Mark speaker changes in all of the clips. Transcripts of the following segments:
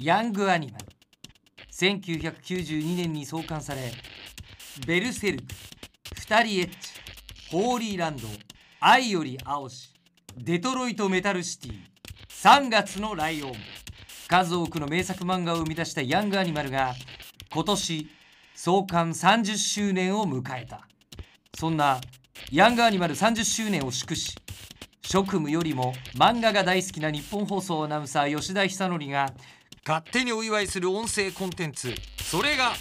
Speaker 1: ヤングアニマル1992年に創刊されベルセルク二人エッチホーリーランド愛より青しデトロイトメタルシティ3月のライオン数多くの名作漫画を生み出したヤングアニマルが今年創刊30周年を迎えたそんなヤングアニマル30周年を祝し職務よりも漫画が大好きな日本放送アナウンサー吉田久典が勝手にお祝いする音声コンテンツそれが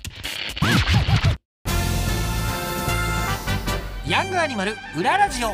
Speaker 1: ヤングアニマル裏ラジオ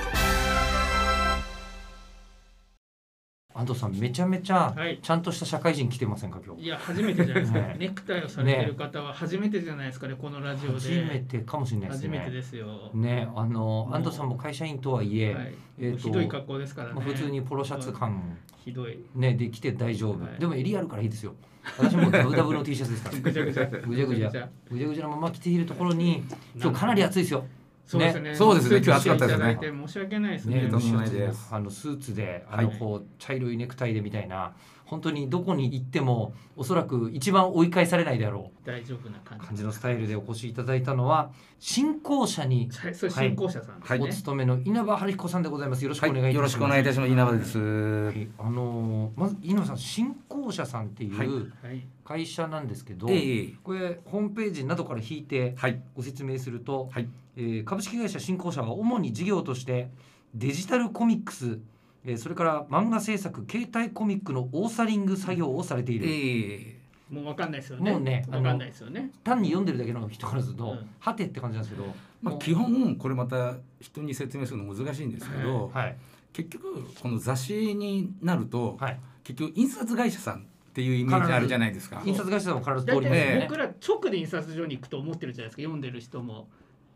Speaker 1: 安藤さんめちゃめちゃ
Speaker 2: はい
Speaker 1: ちゃんとした社会人来てませんか今日
Speaker 2: いや初めてじゃないですか、
Speaker 1: ね
Speaker 2: ネクタイをされてる方は初めてじゃないですかねこのラジオで
Speaker 1: 初めてかもしれないです
Speaker 2: 初
Speaker 1: ね
Speaker 2: めてですよ、
Speaker 1: ねあの
Speaker 2: もう
Speaker 1: 安藤さんも会社員とはいえ、
Speaker 2: はい
Speaker 1: えーと
Speaker 2: もうひどい格好ですからね、
Speaker 1: まあ、普通にポロシャツ感、
Speaker 2: ひどい
Speaker 1: ね、できて大丈夫、
Speaker 2: はい
Speaker 1: でも襟あるからいいですよ私もダブダブの T シャツですから
Speaker 2: ぐちゃぐちゃ
Speaker 1: ぐちゃぐちゃぐちゃぐちゃのまま着ているところに今日かなり暑いですよ
Speaker 2: そうですね
Speaker 3: ねそうです
Speaker 2: スー
Speaker 3: ね
Speaker 2: ツ
Speaker 3: 今日暑かったですね
Speaker 2: 着ていただいて申し訳ないです
Speaker 1: ね
Speaker 2: ね
Speaker 3: とんでもないです
Speaker 1: あのスーツであの
Speaker 3: はい
Speaker 1: こう茶色いネクタイでみたいな本当にどこに行ってもおそらく一番追い返されないであろ
Speaker 2: 大丈夫な
Speaker 1: う
Speaker 2: 感
Speaker 1: 感じのスタイルでお越しいただいたのは新興社に
Speaker 2: じはいそれ信仰者さんですね、
Speaker 1: お勤めの稲葉春彦さんでございますよろしくお願いいた
Speaker 3: はい、
Speaker 1: します、
Speaker 3: よろしくお願いいたします。稲葉です。
Speaker 1: はいあのーまず飯野さん新興社さんって
Speaker 3: はい
Speaker 1: いう
Speaker 2: はい
Speaker 1: 会社なんですけど、
Speaker 3: ええ
Speaker 1: これホームページなどから引いて
Speaker 3: はい、
Speaker 1: ご説明すると、
Speaker 3: はい
Speaker 1: えー株式会社新興社は主に事業としてデジタルコミックス、えーそれから漫画制作携帯コミックのオーサリング作業をされている、
Speaker 3: え
Speaker 2: もうわかんないですよね
Speaker 1: もうねあの
Speaker 2: わかんないですよね
Speaker 1: 単に読んでるだけの人からすると、
Speaker 2: うん
Speaker 1: はてって感じなんですけど、
Speaker 3: まあ、基本これまた人に説明するの難しいんですけど、
Speaker 1: はい
Speaker 3: 結局この雑誌になると、
Speaker 1: はい、
Speaker 3: 結局印刷会社さんっていうイメージあるじゃないですか。
Speaker 1: 印刷会社さんも必ず通り
Speaker 2: 大
Speaker 1: ますよ
Speaker 3: え
Speaker 2: 体
Speaker 1: ね
Speaker 2: 僕。ら直で印刷所に行くと思ってるじゃないですか読んでる人も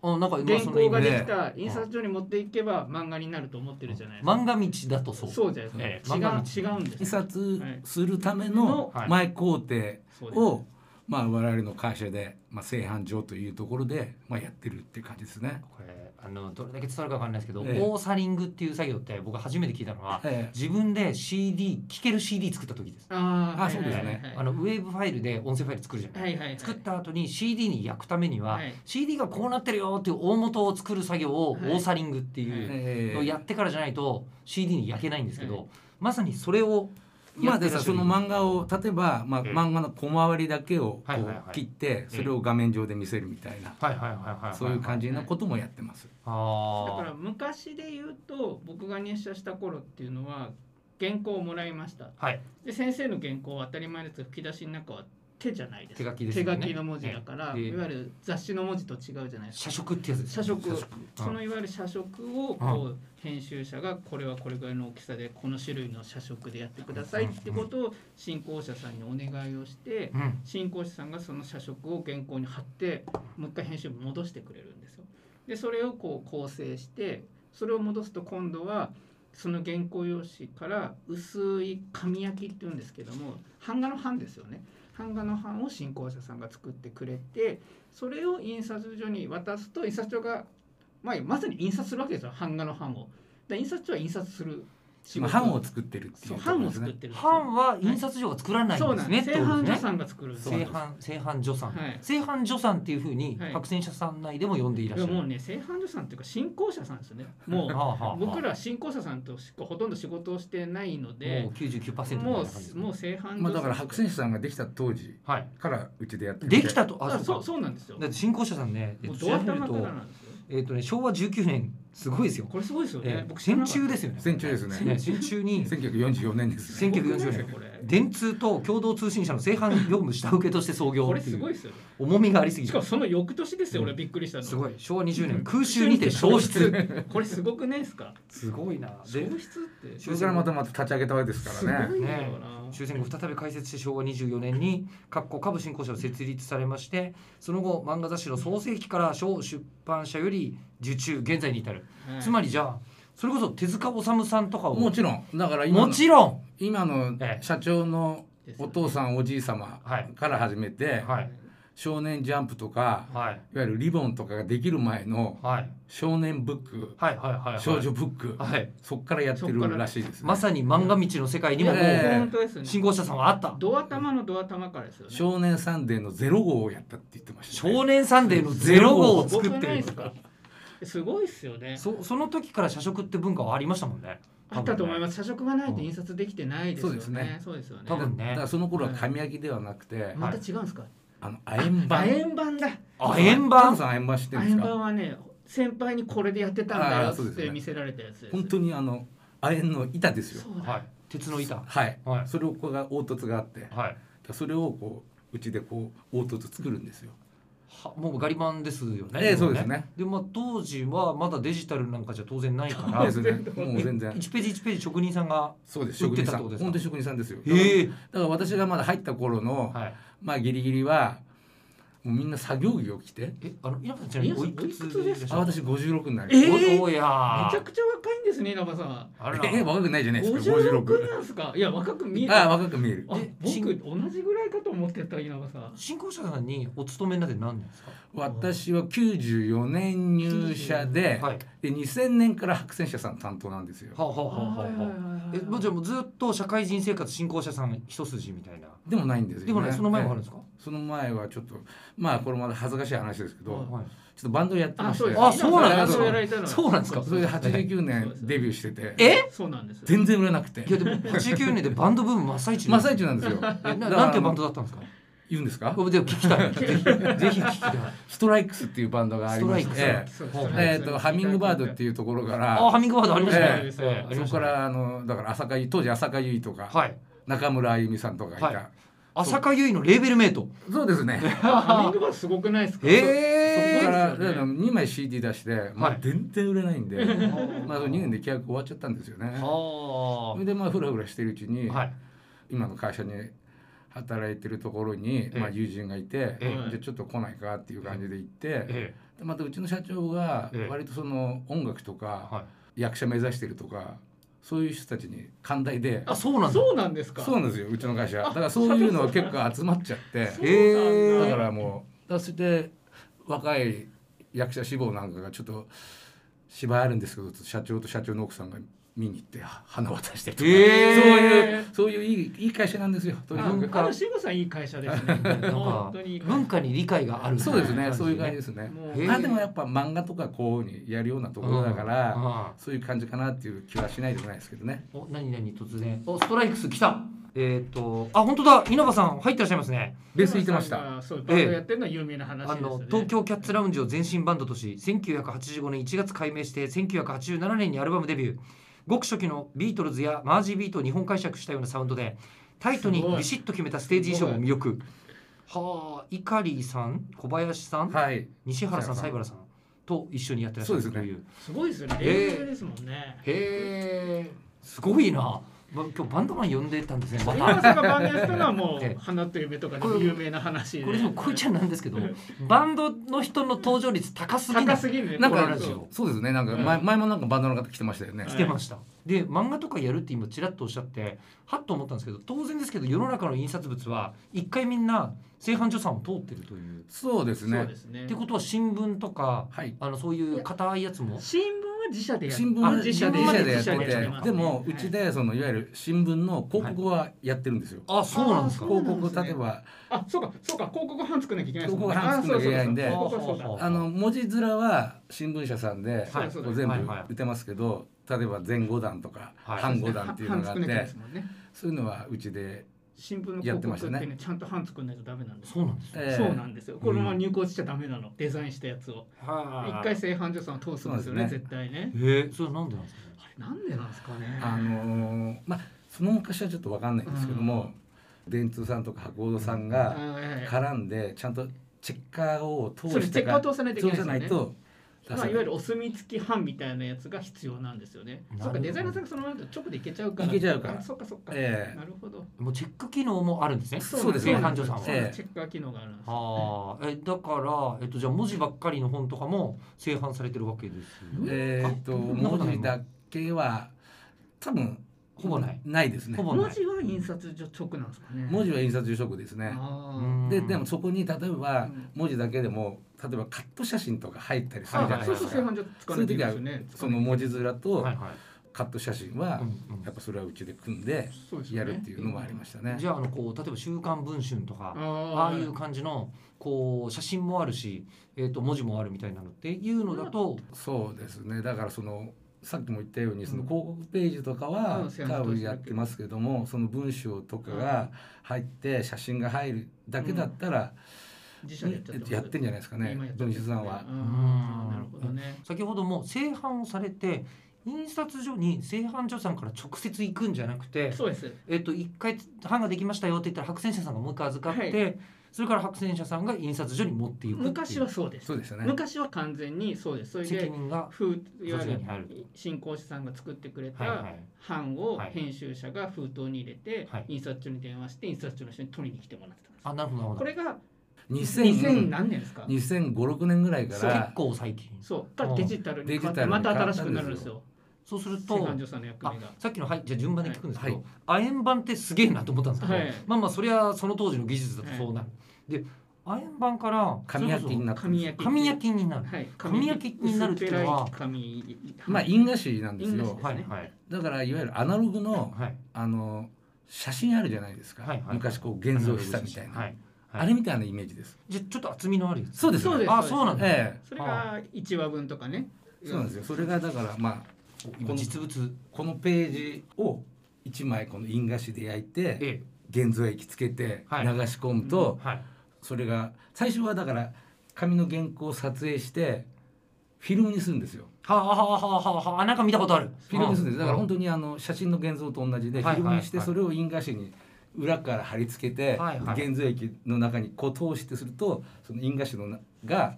Speaker 1: あなんかまあ
Speaker 2: 原
Speaker 1: そのイメ
Speaker 2: 稿が
Speaker 1: ージ
Speaker 2: できた印刷所に持っていけば漫画になると思ってるじゃないですか
Speaker 1: 漫画道だとそう。
Speaker 2: そうじゃない
Speaker 1: え
Speaker 2: で
Speaker 1: え
Speaker 2: すか、
Speaker 1: 漫画道
Speaker 2: 違う違うんです
Speaker 3: 印刷するための
Speaker 1: はい
Speaker 3: 前工程
Speaker 2: そうです
Speaker 3: を、まあ、我々の会社で、まあ、製版所というところで、まあ、やってるっていう感じですね。
Speaker 1: これあのどれだけ伝わるかわかんないですけど、
Speaker 3: ええ
Speaker 1: オーサリングっていう作業って僕初めて聞いたのは
Speaker 3: ええ
Speaker 1: 自分で CD 聴ける CD 作った時です。
Speaker 2: あー
Speaker 3: あそうですね
Speaker 2: はい
Speaker 1: あのウェーブファイルで音声ファイル作るじゃない。
Speaker 2: はいはいはい
Speaker 1: 作った後に CD に焼くためには、
Speaker 2: はい
Speaker 1: CD がこうなってるよっていう大元を作る作業をオ
Speaker 2: はい
Speaker 1: ーサリングっていう
Speaker 3: え
Speaker 1: のをやってからじゃないと CD に焼けないんですけど、
Speaker 2: は
Speaker 1: まさにそれを
Speaker 3: まあ
Speaker 1: って
Speaker 3: です
Speaker 1: ら
Speaker 3: か
Speaker 1: っ
Speaker 3: ら
Speaker 1: しゃ
Speaker 3: そ
Speaker 1: る
Speaker 3: の漫画を例えば、まあ、
Speaker 1: ええ
Speaker 3: 漫画の小回りだけをこ
Speaker 1: はいはいはいう
Speaker 3: 切ってそれを画面上で見せるみたいな
Speaker 1: はいはいはいはい
Speaker 3: そういう感じのこともやってます。
Speaker 2: だか
Speaker 1: あ
Speaker 2: ら昔で言うと僕が入社した頃っていうのは原稿をもらいました
Speaker 1: あはい
Speaker 2: で先生の原稿は当たり前ですけど吹き出しの中は手じゃないです
Speaker 1: 手書きですよね
Speaker 2: 手書きの文字だから、
Speaker 1: ええ
Speaker 2: いわゆる雑誌の文字と違うじゃないです
Speaker 1: 社
Speaker 2: か
Speaker 1: 食ってやつです
Speaker 2: 社食
Speaker 1: うん
Speaker 2: そのいわゆる社食をこう編集者がこれはこれぐらいの大きさでこの種類の社食でやってくださいってことを進行者さんにお願いをして
Speaker 1: うん
Speaker 2: 進行者さんがその社食を原稿に貼ってもう一回編集部に戻してくれるんですよ。でそれをこう構成してそれを戻すと今度はその原稿用紙から薄い紙焼きっていうんですけども版画の版ですよね版画の版を進行者さんが作ってくれてそれを印刷所に渡すと印刷所が、まあ、まさに印刷するわけですよ版画の版を。で印刷所は印刷する仕
Speaker 3: まあ、
Speaker 2: 事
Speaker 3: 版を作ってるっていう
Speaker 2: そう
Speaker 3: ところ
Speaker 2: 版
Speaker 3: で
Speaker 2: を
Speaker 3: す
Speaker 2: 作っ
Speaker 3: ね。
Speaker 2: てるんですよ
Speaker 1: 版は印刷所が作らない
Speaker 2: そう
Speaker 1: で
Speaker 2: んな
Speaker 1: す
Speaker 2: ん
Speaker 1: ね
Speaker 2: で
Speaker 1: って
Speaker 2: す
Speaker 1: こ
Speaker 2: 製
Speaker 1: と
Speaker 2: 版
Speaker 1: です
Speaker 2: 所
Speaker 1: ね
Speaker 2: さんが作るんですよ
Speaker 1: 製版製版所さん、
Speaker 2: はい
Speaker 1: 製版所さんっていうふうに
Speaker 2: はい
Speaker 1: 白線者さん内でも呼んでいらっ
Speaker 2: い
Speaker 1: しゃ
Speaker 2: や
Speaker 1: る。
Speaker 2: もうね製版所さんっていうか進行者さんですよねもう
Speaker 1: はあはあはあ
Speaker 2: 僕らは新興社さんとしかほとんど仕事をしてないの
Speaker 1: も
Speaker 2: で
Speaker 1: う99%みたい
Speaker 2: も
Speaker 1: な感じです
Speaker 2: うもう正反
Speaker 3: まあ、だから白選手さんができた当時
Speaker 1: はい。
Speaker 3: からうちでやって
Speaker 1: できたと
Speaker 2: あ
Speaker 1: あ
Speaker 2: そ
Speaker 1: そううか。
Speaker 2: そうなんですよ
Speaker 1: だって新興社さんね、えっ
Speaker 2: も
Speaker 1: と調
Speaker 2: うどうやった
Speaker 1: べると
Speaker 2: 方なんですよ
Speaker 1: えっとね昭和19年すごいですよ。
Speaker 2: これすごいですよね、
Speaker 1: ええ
Speaker 2: 僕知
Speaker 1: 戦
Speaker 2: らなかった
Speaker 1: 中ですよね。
Speaker 3: 戦中ですね
Speaker 1: ね 戦中に
Speaker 3: 1944年です、ね。
Speaker 1: 戦1940年
Speaker 2: これ
Speaker 1: 電通と共同通信社の製版業務下請けとして創業
Speaker 2: これ
Speaker 1: ってい
Speaker 2: すご
Speaker 1: う
Speaker 2: いですよね
Speaker 1: 重みがありすぎ
Speaker 2: してかもその翌年ですよ、俺びっくりしたの
Speaker 1: すごい昭和20年 空襲にて消失
Speaker 2: これすごくないですか
Speaker 1: すごいな
Speaker 2: 消
Speaker 1: で
Speaker 2: 失って
Speaker 3: それからまたまた立ち上げたわけです
Speaker 2: すご
Speaker 3: からね。
Speaker 2: いんだよな、
Speaker 1: 終戦後再び開設して昭和24年に各個株新興社を設立されましてその後漫画雑誌の創世期から小出版社より受注現在に至る、
Speaker 2: はい
Speaker 1: つまりじゃあそれこそ手塚治虫さんとかを
Speaker 3: も
Speaker 1: も
Speaker 3: ちろんだから今の
Speaker 1: ちろん
Speaker 3: 今の
Speaker 1: ええ
Speaker 3: 社長のお父さんおじい様
Speaker 1: はい
Speaker 3: から始めて
Speaker 1: はい
Speaker 3: 少年ジャンプ」とか
Speaker 4: はい
Speaker 3: いわゆる「リボン」とかができる前の
Speaker 4: はい
Speaker 3: 少年ブック
Speaker 4: はいはいはいはい
Speaker 3: 少女ブック、
Speaker 4: はい
Speaker 3: そっからやってるらしいですね
Speaker 1: まさに漫画道の世界にもも
Speaker 3: いや
Speaker 1: う
Speaker 3: ええ
Speaker 2: 本当ですね
Speaker 1: 信号車さんはあった
Speaker 2: ドア玉のドア玉からですよね
Speaker 3: 少年サンデーのゼロ号をやったって言ってました、ね、
Speaker 1: 少年サンデーのゼロ号を
Speaker 2: すご
Speaker 1: 作
Speaker 2: く
Speaker 1: っ
Speaker 2: な
Speaker 1: て
Speaker 2: いで
Speaker 1: る
Speaker 2: すかすごいっすよね
Speaker 1: そその時から社食って文化はありましたもんね
Speaker 2: あったと思います社食がないと印刷できてないですよねそうですよね
Speaker 1: 多分ね
Speaker 3: だからその頃は紙焼きではなくて、
Speaker 2: また違うんですか
Speaker 3: あの亜鉛板
Speaker 2: 楕円盤だ
Speaker 1: あ円
Speaker 3: タモ
Speaker 1: 盤
Speaker 3: さん亜鉛板知ってる
Speaker 2: 楕
Speaker 3: んです
Speaker 2: 円
Speaker 3: か
Speaker 2: 盤はね先輩にこれでやってたんだよ
Speaker 3: あーそう
Speaker 2: っ
Speaker 3: です
Speaker 2: て
Speaker 3: ね
Speaker 2: 見せられたやつです
Speaker 3: 本当にあの亜鉛の板ですよ
Speaker 2: そうだ
Speaker 4: はい
Speaker 1: 鉄の板
Speaker 3: はい、
Speaker 4: はい
Speaker 3: それをこうが凹凸があって、
Speaker 4: はい
Speaker 3: それをこううちでこう凹凸作るんですよ。
Speaker 1: はもうガリマンですよね
Speaker 3: ええそうですね。
Speaker 1: でまあ当時はまだデジタルなんかじゃ当然ないか
Speaker 3: そう
Speaker 1: ら
Speaker 3: ですね。
Speaker 2: 全然
Speaker 3: もう全然。
Speaker 1: 1ページ1ページ職人さんが
Speaker 3: そうです。
Speaker 1: 売っ
Speaker 3: 職
Speaker 1: て
Speaker 3: 人
Speaker 1: たって
Speaker 3: さん。
Speaker 1: ことですか
Speaker 3: 本当に職人さんですよ。だ
Speaker 1: へえ
Speaker 3: から私がまだ入った頃の、
Speaker 4: はい
Speaker 3: まあギリギリはもうみんな作業着を着て、
Speaker 1: えあの稲葉さんちなみにおいく
Speaker 2: おい
Speaker 1: つ
Speaker 2: くつです
Speaker 3: あ
Speaker 1: お
Speaker 3: 私56にな
Speaker 2: え
Speaker 3: り。
Speaker 1: おや
Speaker 2: めちゃ
Speaker 1: ー
Speaker 2: くちゃ若いんですね稲葉さんは
Speaker 4: あら
Speaker 3: え若くないじゃないですか。
Speaker 2: 56
Speaker 3: 56。
Speaker 2: なんですかいや若く見え
Speaker 3: あ
Speaker 2: たあ
Speaker 3: 若く見える。
Speaker 1: え
Speaker 2: 僕同じぐらいかと思ってた稲葉さん
Speaker 1: 新興社さんにお勤めになって何年ですか
Speaker 3: 私は94年入社で、
Speaker 1: はい
Speaker 3: で2000年から白泉社さん担当なんですよ。
Speaker 1: はあ、はあはあはあはあえもうじゃあ
Speaker 2: あ
Speaker 1: もうずっと社会人生活新興社さん一筋みたいな
Speaker 3: でもないんですよ、ね。
Speaker 1: でもねその前もあるんですか、
Speaker 3: その前はちょっとまあこれまだ恥ずかしい話ですけど、
Speaker 2: はい
Speaker 1: はい
Speaker 3: ちょっとバンドやってま
Speaker 2: あ
Speaker 3: して
Speaker 2: そうです
Speaker 1: あそうなんだ
Speaker 2: 稲葉さそうやられたの
Speaker 1: そうなんですか
Speaker 3: それで89
Speaker 2: そう
Speaker 3: 年
Speaker 2: です
Speaker 3: デビューしてて
Speaker 1: え
Speaker 2: そうなんです
Speaker 3: 全然売れなくて
Speaker 1: いやでも89年でバンドブーム真っ最中
Speaker 3: 真っ最中なんです よ
Speaker 1: えな
Speaker 3: だから
Speaker 1: なんてバンドだったんですか
Speaker 3: 言うんですか
Speaker 1: でも聞き たいぜひぜひ聞きたい
Speaker 3: ストライクスっていうバンドがありまし
Speaker 1: ストライ
Speaker 3: て
Speaker 1: クス
Speaker 2: そ
Speaker 1: は
Speaker 2: う
Speaker 1: い
Speaker 3: えーとハミングバードっていうところか
Speaker 1: あ
Speaker 3: ら
Speaker 1: ハミングバードありましたね、
Speaker 3: え
Speaker 4: え
Speaker 1: ええあり
Speaker 4: ー
Speaker 1: ま
Speaker 3: そ
Speaker 1: した
Speaker 3: こか
Speaker 1: ね
Speaker 3: らあのだから浅香唯当時浅香唯とか
Speaker 1: はい
Speaker 3: 中村あゆみさんとかいた、
Speaker 1: はい浅香唯のレーベルメイト
Speaker 3: そうですね
Speaker 2: ハミングバードすごくないですか
Speaker 3: そ
Speaker 1: え
Speaker 3: こから
Speaker 2: すごいですよ
Speaker 3: 2枚 CD 出して、ま
Speaker 4: は
Speaker 3: あ
Speaker 4: い、
Speaker 3: 全然売れないんで、
Speaker 1: え
Speaker 3: まあ、2年で契約終わっちゃったんですよね。
Speaker 1: は
Speaker 3: それでまあふらふらしてるうちに、
Speaker 4: えはい
Speaker 3: 今の会社に働いてるところに、
Speaker 4: え
Speaker 3: まあ、友人がいて、
Speaker 4: え
Speaker 2: え
Speaker 3: じゃあちょっと来ないかっていう感じで行って、
Speaker 4: え
Speaker 3: でまたうちの社長が
Speaker 4: ええ
Speaker 3: 割とその音楽と
Speaker 4: ー
Speaker 3: か
Speaker 4: はい
Speaker 3: 役者目指してるとかそういう人たちに寛大で
Speaker 1: あそうなんだ
Speaker 2: そうなんですか
Speaker 3: そうなんですようちの会社だからそういうのは結構集まっちゃって
Speaker 2: そう
Speaker 1: え
Speaker 3: だ
Speaker 1: ー
Speaker 3: からもうだからそれで若い役者志望なんかがちょっと芝居あるんですけど社長と社長の奥さんが見に行って花渡してと
Speaker 1: え
Speaker 3: か、
Speaker 1: ー
Speaker 3: そういうそういういいいい会社なんですよとにか
Speaker 2: あ
Speaker 3: く
Speaker 1: 文化
Speaker 2: あの渋さんいい会社ですね
Speaker 1: なんか
Speaker 2: 本当にいい会社
Speaker 1: 文化に理解がある
Speaker 3: そうですね、そういう感じですすね。
Speaker 2: もう
Speaker 1: へえ
Speaker 3: あでもやっぱ漫画とかこういうふうにやるようなところだから、
Speaker 4: あ
Speaker 3: そういう感じかなっていう気はしないでもないですけどね。
Speaker 1: お何何突然おストライクス来たえっ、とあ本当だ稲葉さん入ってらっしゃいますね
Speaker 3: ベース弾いてました。
Speaker 2: たそうバンドやってるのは有名な話
Speaker 1: あ
Speaker 2: ですよ
Speaker 1: の
Speaker 2: ね
Speaker 1: 東京キャッツラウンジを前身バンドとし1985年1月改名して1987年にアルバムデビューごく初期のビートルズやマージービートを日本解釈したようなサウンドでタイトに
Speaker 2: すごい
Speaker 1: ビシッと決めたステージ衣装も魅力はあイカリーさん小林さん
Speaker 3: はい。
Speaker 1: 西原さん
Speaker 3: 西
Speaker 1: 西
Speaker 3: 原
Speaker 1: 原さんと一緒にやってらっしゃると
Speaker 3: そうですね
Speaker 1: いう
Speaker 2: すごいですよね
Speaker 1: えー
Speaker 2: 映画ですもんね
Speaker 1: へえすごいな、ま、今日バンドマン呼んでたんですねま
Speaker 2: 今
Speaker 1: た
Speaker 2: まさかバンドやったのはも
Speaker 1: ええ
Speaker 2: う花と夢とかで
Speaker 1: これ
Speaker 2: 有名な話で
Speaker 1: これでもこいちゃんなんですけどバンドの人の登場率高すぎない
Speaker 2: 高すぎるね
Speaker 3: なん
Speaker 1: このラ
Speaker 3: か
Speaker 1: ジオ
Speaker 3: そうですね、なんか
Speaker 2: うん
Speaker 3: 前前もなんかバンドの方来てましたよね
Speaker 2: は
Speaker 1: 来
Speaker 2: い。
Speaker 1: てました、で漫画とかやるって今ちらっとおっしゃってはっと思ったんですけど当然ですけど世の中の印刷物は一回みんな製版所さんを通ってるという、
Speaker 3: そうです
Speaker 2: そう
Speaker 3: ね
Speaker 2: で。すね
Speaker 1: ってことは新聞とか
Speaker 3: はい。
Speaker 1: あのそういう硬いやつも
Speaker 2: 新聞は自社でやる
Speaker 3: 新聞は
Speaker 2: あ
Speaker 3: 自社で
Speaker 2: 新聞は
Speaker 3: やって
Speaker 2: 自社
Speaker 3: て
Speaker 2: ます、
Speaker 3: でも
Speaker 2: は
Speaker 3: う
Speaker 2: い
Speaker 3: ちでそのいわゆる新聞の広告はやってるんですよ。
Speaker 1: あそうなんですか
Speaker 2: あーそう
Speaker 3: 広告例えば
Speaker 2: あそうかそうか広告版作んなきゃいけないですもんね
Speaker 3: 広告版作んなきゃいけないんで
Speaker 2: あそうそうそう広告はそう
Speaker 1: あ
Speaker 2: だ
Speaker 1: ー
Speaker 3: あの文字面は新聞社さんで
Speaker 2: はい
Speaker 3: こう全部
Speaker 1: はいはい
Speaker 3: 売ってますけど、例えば前五段とか
Speaker 4: はい
Speaker 3: 半五段っていうのがあ
Speaker 2: 版
Speaker 3: っ
Speaker 2: 作んなきゃいけない
Speaker 3: て
Speaker 2: です、もんね
Speaker 3: そういうのはうちで
Speaker 2: 新聞の
Speaker 3: や
Speaker 2: 広
Speaker 3: ってまし
Speaker 2: 告
Speaker 3: た
Speaker 2: っ
Speaker 3: ね
Speaker 2: てねちゃんと版作んないとダメなんですよ
Speaker 1: そうなんです
Speaker 3: えー
Speaker 2: そうなんですよこのまま入稿しちゃダメなのデザインしたやつを一
Speaker 1: 一
Speaker 2: 回製版所さん通すんですよね
Speaker 3: そうですね
Speaker 2: 絶対ね
Speaker 1: えー、それなんでなんですかね
Speaker 2: あれなんでなんですかね
Speaker 3: あのーまあその昔はちょっと分かんないんですけども、電通さんとか博報さん
Speaker 2: あ
Speaker 3: が
Speaker 2: ーはい
Speaker 3: 絡んでちゃんとチェッカーを通
Speaker 2: それ
Speaker 3: し
Speaker 2: チ
Speaker 3: て
Speaker 2: ェッカー
Speaker 3: か
Speaker 2: を通さないといけ
Speaker 3: 通
Speaker 2: ないです
Speaker 3: さな
Speaker 2: よね
Speaker 3: いと出
Speaker 2: まあ、いわ
Speaker 3: せな
Speaker 2: ゆ
Speaker 3: い
Speaker 2: るお墨付き版みたいなやつが必要なんですよね。
Speaker 1: なるほど
Speaker 2: そっかデザイナーさんがそのままだと直でいけちゃうから。
Speaker 3: いけちゃうから
Speaker 2: あそっかそっか。
Speaker 3: ええ
Speaker 2: なるほど。
Speaker 1: もうチェック機能もあるんですね
Speaker 3: そうです
Speaker 1: ね
Speaker 2: ね。
Speaker 1: 製版所さんは、
Speaker 2: そう
Speaker 3: ええ
Speaker 2: チェッカー機能があるんですよ。
Speaker 1: はあえだから、えっと、じゃあ文字ばっかりの本とかも製版されてるわけですよね
Speaker 3: えーっと
Speaker 1: あそんなことな
Speaker 3: 文
Speaker 1: い
Speaker 3: 字だけは多分
Speaker 1: ほぼない。
Speaker 3: ないですね
Speaker 1: ほぼない
Speaker 2: 文字は印刷所直なんですかね
Speaker 3: 文字は印刷受色ですね
Speaker 2: あ
Speaker 1: う
Speaker 2: ー
Speaker 1: ん
Speaker 3: ででもそこに例え
Speaker 2: う
Speaker 3: ば
Speaker 2: ん
Speaker 3: 文字だけでも例えばカット写真とか入ったりするじゃ
Speaker 2: あ
Speaker 3: ない
Speaker 2: そ
Speaker 3: で
Speaker 2: う
Speaker 3: す
Speaker 2: そう
Speaker 3: か
Speaker 2: 製版所使わないといけないですよね
Speaker 3: その文字面と
Speaker 1: はいは
Speaker 3: カット写真は
Speaker 1: うんうん
Speaker 3: やっぱそれはうちで組んで
Speaker 2: そうです
Speaker 3: や
Speaker 2: よね
Speaker 3: るっていうのもありましたね
Speaker 1: い。じゃああのこう例えば週刊文春とか。あ
Speaker 2: あ
Speaker 1: あ
Speaker 2: ー
Speaker 1: いう感じのこう写真もあるし、えー、と文字もあるみたいなのっていうのだと、
Speaker 3: そうですねだからそのさっきも言ったようにその
Speaker 1: うん
Speaker 3: 広告ページとかは
Speaker 2: うん
Speaker 3: 多分やってますけどもその文章とかが入って写真が入るだけだったら
Speaker 2: 自社でやっちゃってます
Speaker 3: やってんじゃないですかね
Speaker 2: 今やっちゃっ
Speaker 3: 文
Speaker 2: てま
Speaker 3: 筆
Speaker 2: す
Speaker 3: さんは
Speaker 2: う。
Speaker 1: うん
Speaker 2: なるほどね
Speaker 1: 先ほども製版をされて印刷所に製版所さんから直接行くんじゃなくて、
Speaker 2: そうです
Speaker 1: えー、と1回版ができましたよって言ったら白戦車さんがもう一回預かって、それから白戦車さんが印刷所に持っていくっていう
Speaker 2: 昔はそうです
Speaker 3: そうでしたね。
Speaker 2: 昔は完全にそうですそれ
Speaker 1: 責
Speaker 2: で
Speaker 1: 任が
Speaker 2: 封い
Speaker 1: ど
Speaker 2: わ
Speaker 1: ちらにあ
Speaker 2: ゆ
Speaker 1: る
Speaker 2: る信仰者さんが作ってくれ
Speaker 1: はいは
Speaker 2: た
Speaker 1: い
Speaker 2: 版を
Speaker 1: はい
Speaker 2: 編集者が封筒に入れて
Speaker 1: はい
Speaker 2: 印刷所に電話して印刷所の人に取りに来てもらってたんです
Speaker 1: あなるほどなるほ
Speaker 2: こ
Speaker 1: ど
Speaker 2: れが2000
Speaker 3: 2000
Speaker 2: 何年ですか
Speaker 3: 2005、6年ぐらいか
Speaker 2: そう
Speaker 1: 結
Speaker 3: ら
Speaker 1: 構最近
Speaker 2: そうからデジタルに変わって
Speaker 3: デジタル
Speaker 2: ま
Speaker 3: に
Speaker 2: た
Speaker 3: 変わったん
Speaker 2: 新し
Speaker 3: ですよ
Speaker 2: くなるんですよ
Speaker 1: そうする
Speaker 2: 生
Speaker 1: と
Speaker 2: 還所さんの役
Speaker 1: あ
Speaker 2: 目が
Speaker 1: さっきのはいじゃあ順番で聞くんですけど、
Speaker 3: はい
Speaker 1: 亜鉛板ってすげえなと思ったんですけど、
Speaker 2: はい
Speaker 1: まあまあそれはその当時の技術だとそうなる、で亜鉛板から
Speaker 3: 紙焼きになって
Speaker 2: 紙
Speaker 3: る
Speaker 2: 焼き
Speaker 1: 紙焼きになる、
Speaker 2: はい
Speaker 1: 紙焼きになるっていうのは
Speaker 2: 薄っぺらい紙
Speaker 3: まあ因果紙なんです
Speaker 2: 因果
Speaker 3: よ
Speaker 2: 紙。
Speaker 1: はいはい
Speaker 3: だからいわゆるアナログの
Speaker 1: はい
Speaker 3: あの写真あるじゃないですか、
Speaker 1: はいはい
Speaker 3: 昔こう現像したみたいな、
Speaker 1: はいはい
Speaker 3: あれみたいなイメージです。
Speaker 1: じゃあちょっと厚みのあるやつ
Speaker 3: そうです
Speaker 2: そうです
Speaker 1: あそうなんだ、
Speaker 3: え
Speaker 2: それが1話分とかね
Speaker 3: え、そうなんですよ。それがだからまあ
Speaker 1: 今実物
Speaker 3: このページを一枚この印画紙で焼いて
Speaker 1: え
Speaker 3: 現像液つけて
Speaker 1: はい
Speaker 3: 流し込むと、
Speaker 1: えはい
Speaker 3: それが最初はだから紙の原稿を撮影してフィルムにするんですよ。
Speaker 1: はあはあはあはあはああなんか見たことある
Speaker 3: フィルムにするんです。だから本
Speaker 1: 当
Speaker 3: 当にあの写真の現像と同じでフ
Speaker 1: はい
Speaker 3: ィルムにし
Speaker 1: はい
Speaker 3: て
Speaker 1: はい
Speaker 3: それを印画紙に裏から貼り付けて
Speaker 1: はいはい
Speaker 3: 現像液の中にこう通してするとその印画紙のなが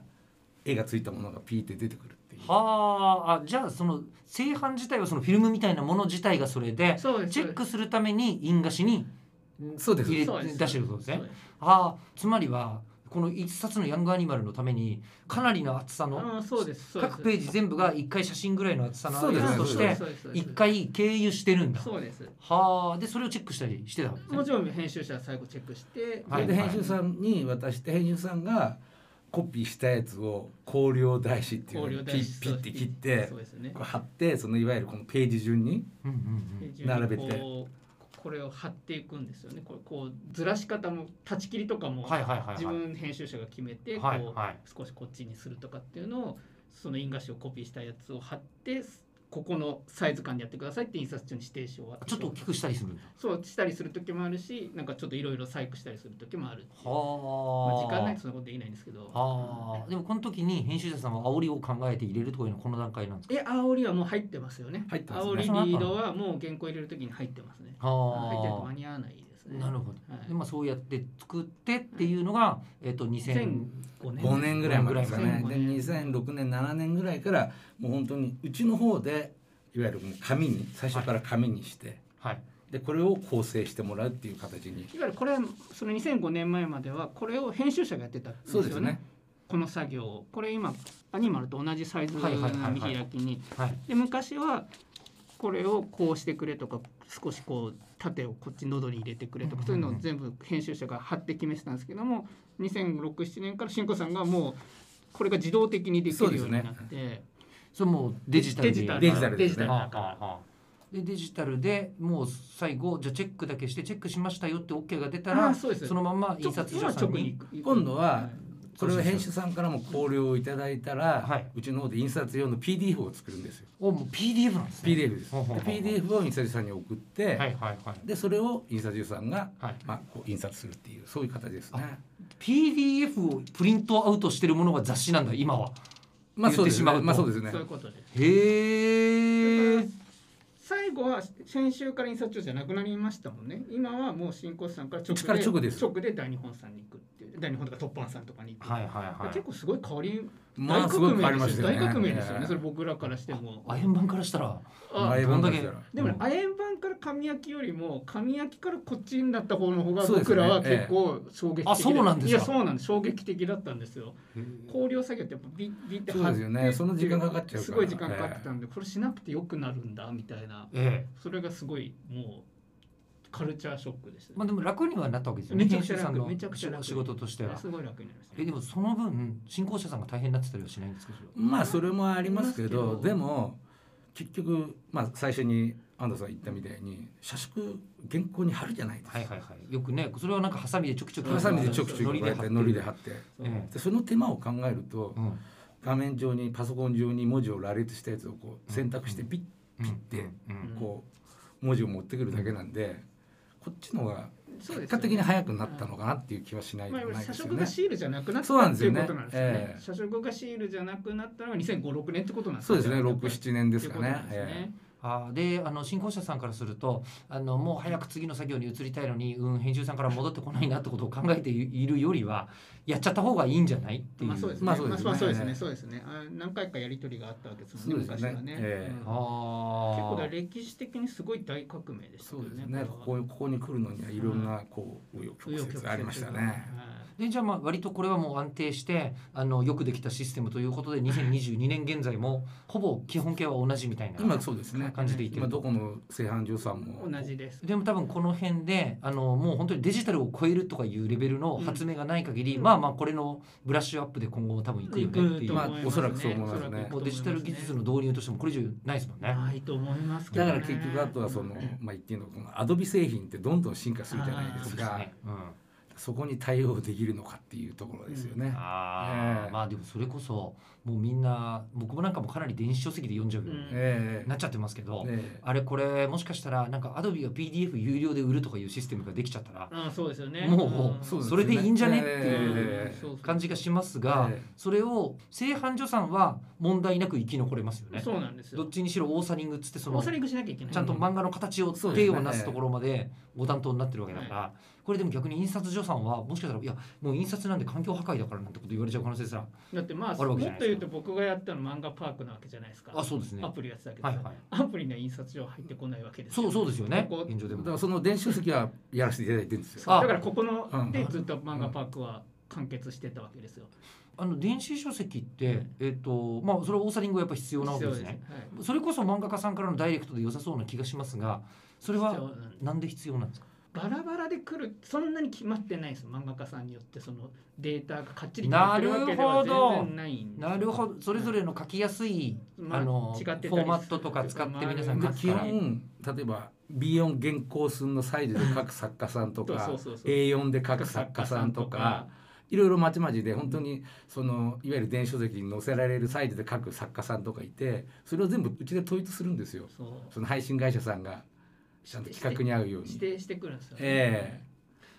Speaker 3: 絵がついたものがピーって出てくるっていう。
Speaker 1: はああじゃあその製版自体はそのフィルムみたいなもの自体がそれで
Speaker 2: そうです
Speaker 1: チェックするために印画紙に
Speaker 3: そうです
Speaker 1: 入れ
Speaker 2: そうです
Speaker 1: 出してるそうですね
Speaker 2: そうです
Speaker 1: ああつまりはこの一冊のヤングアニマルのためにかなりの厚さの
Speaker 2: あーそうですそうです
Speaker 1: 各ページ全部が一回写真ぐらいの厚さの
Speaker 3: そう
Speaker 1: や
Speaker 3: です
Speaker 1: つとして
Speaker 2: そうですそうです
Speaker 1: 一回経由してるんだ
Speaker 2: そうです
Speaker 1: はあでそれをチェックしたりしてたわけですね
Speaker 2: もちろん編集者は最後チェックして
Speaker 3: そ
Speaker 1: はい
Speaker 3: れで編集さんに渡して編集さんがコピーしたやつを香料台紙っていうのをピッピッて切って
Speaker 2: そうですね
Speaker 3: こう貼ってそのいわゆるこのページ順に
Speaker 1: うんうんうん
Speaker 3: 並べて
Speaker 2: こうこれを貼っていくんですよねこうこうずらし方も断ち切りとかも
Speaker 1: はいはいはいはい
Speaker 2: 自分編集者が決めてこ
Speaker 1: はいうはい
Speaker 2: 少しこっちにするとかっていうのをその印画紙をコピーしたやつを貼ってここのサイズ感でやってくださいって印刷中に指定書を渡す
Speaker 1: ちょっと大きくしたりするんだ
Speaker 2: そうしたりする時もあるしなんかちょっといろいろ細工したりする時もあるっていうまあ、
Speaker 1: はあ
Speaker 2: 時間ないとそんなことできないんですけど
Speaker 1: あーでもこの時に編集者さんは煽りを考えて入れるとかいうのはこの段階なんですか
Speaker 2: え煽りはもう入ってますよね
Speaker 3: 入ってますね
Speaker 2: 煽りリードはもう原稿入れる時に入ってますね入ってないと
Speaker 1: は
Speaker 2: 間に合わないです
Speaker 1: あ
Speaker 2: ね
Speaker 1: なるほど、
Speaker 2: はい
Speaker 1: でまあ、そうやって作ってっていうのが、えっと2005
Speaker 2: 2005年
Speaker 3: 5年ぐらいまでですかね
Speaker 2: 5
Speaker 3: で
Speaker 2: 年
Speaker 3: 2006年7年ぐらいからもう本当にうちの方でいわゆるもう紙に最初から紙にして
Speaker 1: はい
Speaker 3: でこれを構成してもらうっていう形に
Speaker 2: いわゆるこれその2005年前まではこれを編集者がやってたんです
Speaker 3: そ
Speaker 2: よ
Speaker 3: う
Speaker 2: ね
Speaker 3: ですね
Speaker 2: この作業をこれ今アニマルと同じサイズ
Speaker 1: はいはいはいは
Speaker 2: の
Speaker 1: い
Speaker 2: 見開きに
Speaker 1: はい
Speaker 2: で昔はこれをこうしてくれとか少しこう縦をこっち喉に入れてくれとか
Speaker 1: うん
Speaker 2: そううんいう
Speaker 1: うん
Speaker 2: のを全部編集者が貼って決めてたんですけども2006-7年からしんこさんがもうこれが自動的にできるようになって、
Speaker 1: それもうデジタルで
Speaker 3: デジタル
Speaker 2: デ
Speaker 3: で
Speaker 2: ジ
Speaker 3: す
Speaker 2: タ
Speaker 3: ね
Speaker 2: ル
Speaker 1: は
Speaker 2: だ
Speaker 1: あ
Speaker 2: か
Speaker 1: は
Speaker 2: ら
Speaker 1: あはあでデジタルでもう最後じゃあチェックだけしてチェックしましたよって OK が出た
Speaker 2: あ
Speaker 1: ら
Speaker 2: ーそうです
Speaker 1: のまんま
Speaker 2: ちょ
Speaker 1: 印刷
Speaker 2: 今
Speaker 1: 所さん
Speaker 2: 直
Speaker 1: に
Speaker 2: に行く
Speaker 3: 今度はいこれを編集さんからも考慮をいただいたら、
Speaker 1: はいう
Speaker 3: ちの方で印刷用の PDF を作るんですよ
Speaker 1: おもう PDF なんですね
Speaker 3: PDF ですで
Speaker 1: ほうほうほう
Speaker 3: PDF を印刷所さんに送って、
Speaker 1: はいはいはい
Speaker 3: でそれを印刷所さんが、
Speaker 1: はい
Speaker 3: まあ、こう印刷するっていうそういう形ですね。
Speaker 1: PDF をプリントアウトしてるものが雑誌なんだ今は
Speaker 3: まあそうですね。
Speaker 1: 言ってしまうと
Speaker 3: まあそうですね
Speaker 2: そうい。うことです
Speaker 1: へえ
Speaker 2: 最後は先週から印刷所じゃなくなりましたもんね今はもう新興さんから直で
Speaker 3: から直です
Speaker 2: 直で大日本さんに行くっていう大日本とかトッパンさんとかに行く、
Speaker 1: はいはいはい
Speaker 2: 結構すごい変わり
Speaker 3: も
Speaker 2: 大
Speaker 3: のす
Speaker 2: 革
Speaker 3: ごく変わり
Speaker 2: 命
Speaker 3: ま
Speaker 2: で
Speaker 3: し
Speaker 2: す
Speaker 3: た
Speaker 2: よ
Speaker 3: よね
Speaker 2: 大革命ですよね。そ
Speaker 3: れ
Speaker 2: れ僕らからしても。
Speaker 1: アイアン版からしたら
Speaker 2: あ
Speaker 3: 前版ですから
Speaker 2: でもね
Speaker 1: う、ん
Speaker 2: 亜鉛版から紙焼きよりも紙焼きからこっちになった方の方が
Speaker 3: そうです
Speaker 2: 僕
Speaker 3: ね
Speaker 2: らは結構衝撃的だ
Speaker 1: あそうなんですか
Speaker 2: いやそうなんです衝撃的だったんですよ
Speaker 3: うん
Speaker 2: 香料作業ってやっぱビッビッて貼って
Speaker 3: そうですよねその時間かかっちゃうから
Speaker 2: すごい時間かかってたんで、これしなくてよくなるんだみたいな
Speaker 1: ええ
Speaker 2: それがすごいもうカルチャーショックでした、
Speaker 1: まあ
Speaker 2: ね
Speaker 1: でも楽にはなったわけですよね
Speaker 2: めちゃくちゃ
Speaker 1: 編集さん
Speaker 2: 楽
Speaker 1: の
Speaker 2: めちゃくちゃ楽
Speaker 1: 仕事としては
Speaker 2: すごい楽になりました、
Speaker 1: えでもその分進行者さんが大変になってたりはしないんですかそれは
Speaker 3: まあそれもありますけ
Speaker 2: あり
Speaker 3: ど
Speaker 2: ますけど
Speaker 3: でも結局まあ最初に安藤さん言ったみたいに社食原稿に貼るじゃないですか
Speaker 1: はいはいはいよくねそれはなんかハサミでちょくちょく
Speaker 3: ハサミでちょくちょ
Speaker 1: の
Speaker 3: く
Speaker 1: り
Speaker 3: こ
Speaker 1: で
Speaker 3: うや
Speaker 1: 貼っ
Speaker 3: っ
Speaker 1: てて
Speaker 3: のりで貼って
Speaker 2: そう
Speaker 1: え
Speaker 3: でその手間を考えると
Speaker 1: うん
Speaker 3: 画面上にパソコン上に文字を羅列したやつをこう選択してピ
Speaker 1: うん
Speaker 3: ピッて
Speaker 1: うん
Speaker 3: ッこう文字を持ってくるだけなんでこっちのが
Speaker 2: そうですよ
Speaker 3: 結果
Speaker 2: ね
Speaker 3: 的に早くなったのかなっていう気はしないで
Speaker 2: ま
Speaker 3: も
Speaker 2: あ、
Speaker 3: ない
Speaker 2: 社
Speaker 3: ですよ
Speaker 2: 食が
Speaker 3: ね。
Speaker 2: シールじゃなくなっ
Speaker 3: そうな
Speaker 2: た
Speaker 3: ん
Speaker 2: っ
Speaker 3: で
Speaker 2: てい
Speaker 3: すよ
Speaker 2: う
Speaker 3: ね
Speaker 2: ことなんですよね。
Speaker 3: ええ
Speaker 2: 社食がシールじゃなくなったのが2005、6年ってことなんです
Speaker 3: そうですね
Speaker 2: やっぱり
Speaker 3: 6、7年ですか
Speaker 2: って
Speaker 3: ね
Speaker 2: いうことなんですね
Speaker 1: あーであの進行者さんからするとあのもう早く次の作業に移りたいのに、うん、編集さんから戻ってこないなってことを考えているよりはやっちゃった方がいいんじゃないっていう。
Speaker 2: まあそうですね。
Speaker 3: ま
Speaker 2: ま
Speaker 3: あ
Speaker 2: あ
Speaker 3: そう
Speaker 2: そうで
Speaker 3: ですね
Speaker 2: すね。そうですね。あ何回かやり取りがあったわけですもんね。
Speaker 3: そうで
Speaker 2: 昔
Speaker 3: すね
Speaker 2: はね。
Speaker 3: え
Speaker 2: う
Speaker 3: え
Speaker 2: ん
Speaker 1: あ
Speaker 2: 結構だから
Speaker 1: ー
Speaker 2: 歴史的にすごい大革命でした
Speaker 3: そ
Speaker 2: よ
Speaker 3: うですね。こ
Speaker 2: れは
Speaker 3: こここに来るのにはいろんなこう紆余曲折ありました
Speaker 2: 紆
Speaker 3: ね
Speaker 2: 余。曲折がはい
Speaker 1: でじゃあまあ割とこれはもう安定してあのよくできたシステムということで2022年現在もほぼ基本形は同じみたいな
Speaker 3: 今そうですね。
Speaker 1: 感じでいって
Speaker 3: 今
Speaker 1: る
Speaker 3: どこの製版所さんも
Speaker 2: 同じです。
Speaker 1: でも多分この辺であのもう本当にデジタルを超えるとかいうレベルの発明がない限り、
Speaker 2: うん
Speaker 1: まあまあこれのブラッシュアップで今後も多分いくよねっていう、
Speaker 2: 行くと思いますね
Speaker 3: まあおそらくそう思いますね
Speaker 2: おそらく行くと
Speaker 1: も
Speaker 2: 思
Speaker 1: うデ
Speaker 2: いま
Speaker 1: ジ
Speaker 2: す
Speaker 1: タ
Speaker 2: ね
Speaker 1: ル技術の導入としてもこれ以上ないですもんね。
Speaker 2: ないと思いますけど
Speaker 3: だ
Speaker 2: ね。
Speaker 3: から結局あとはその、まあ、言っていいのかこのアドビ製品ってどんどん進化するじゃないで
Speaker 1: そう
Speaker 3: す
Speaker 1: です
Speaker 3: か
Speaker 1: ね。うん
Speaker 3: そこに対応できるのかっていうところですよね。
Speaker 1: あー
Speaker 3: ええ
Speaker 1: まあでもそれこそもうみんな僕もなんかもかなり電子書籍で読んじゃうよう
Speaker 2: う
Speaker 1: に
Speaker 2: ん
Speaker 3: ええ
Speaker 1: なっちゃってますけど、
Speaker 3: ね
Speaker 1: あれこれもしかしたらなんかアドビが PDF 有料で売るとかいうシステムができちゃったら
Speaker 2: うんそうですよね。
Speaker 1: もう
Speaker 2: うん
Speaker 3: うですね
Speaker 1: それでいいんじゃねって
Speaker 2: うん
Speaker 1: い
Speaker 3: ええ
Speaker 2: そうそう
Speaker 1: 感じがしますが、
Speaker 3: ええ
Speaker 1: それを正版助産は問題なく生き残れますよね。
Speaker 2: そうなんです
Speaker 1: ど
Speaker 2: よ
Speaker 1: っ。ちにしろオーサリングっつってそ
Speaker 2: オ
Speaker 1: の
Speaker 2: ーサリングしなきゃいけない。
Speaker 1: ちゃんと漫画の形を
Speaker 3: そうです
Speaker 1: 手
Speaker 3: ね
Speaker 1: をなすところまでご担当になってるわけだから、これでも逆に印刷所さんはもしかしたらいやもう印刷なんで環境破壊だからなんてこと言われちゃう可能性すら
Speaker 2: だってまあ
Speaker 1: ある
Speaker 2: も
Speaker 1: わ
Speaker 2: っ
Speaker 1: けじ
Speaker 2: と
Speaker 1: ゃないです
Speaker 2: 言
Speaker 1: か
Speaker 2: うと僕がやったの漫画パークなわけじゃないですか。
Speaker 1: あそうですね
Speaker 2: ア
Speaker 1: は
Speaker 2: プリやってたけど、
Speaker 1: いはい
Speaker 2: アプリの印刷所入ってこないわけですよ
Speaker 1: そうそうですよね
Speaker 2: ここ
Speaker 1: 現状で
Speaker 3: だか
Speaker 1: も
Speaker 3: らその電子書籍はやらせていただいてるんですよ。
Speaker 1: あ
Speaker 2: だからここの
Speaker 3: うん
Speaker 2: でずっと漫画パークは完結してたわけですよ。
Speaker 1: あの電子書籍ってえっ、とまあそれはオーサリングがやっぱ必要なわけですね
Speaker 2: 必要はい
Speaker 1: それこそ漫画家さんからのダイレクトで良さそうな気がしますがそれ
Speaker 2: 必要
Speaker 1: は
Speaker 2: なんです
Speaker 1: なんで必要なんですか
Speaker 2: バラバラで来るそんなに決まってないです漫画家さんによってそのデータがかっちり決まってるわけでは全然ないんですよ
Speaker 1: なるほどそれぞれの書きやすい、
Speaker 2: まあ
Speaker 1: あの
Speaker 2: 違
Speaker 1: フ
Speaker 2: ってたりす
Speaker 1: ォ
Speaker 2: る
Speaker 1: ーマットとか使って皆さん
Speaker 3: で
Speaker 1: 書
Speaker 3: 基
Speaker 1: きたら
Speaker 3: 本例えば B4 原稿寸のサイズで書く作家さんとか
Speaker 2: そうそうそう
Speaker 3: A4 で書く作家さんとかいろいろまちまちで本当にそのいわゆる電子書籍に載せられるサイズで書く作家さんとかいてそれを全部うちで統一するんですよ
Speaker 2: そう
Speaker 3: その配信会社さんがちゃんと企画に合うように
Speaker 2: 指。定してくるんですよ、
Speaker 3: え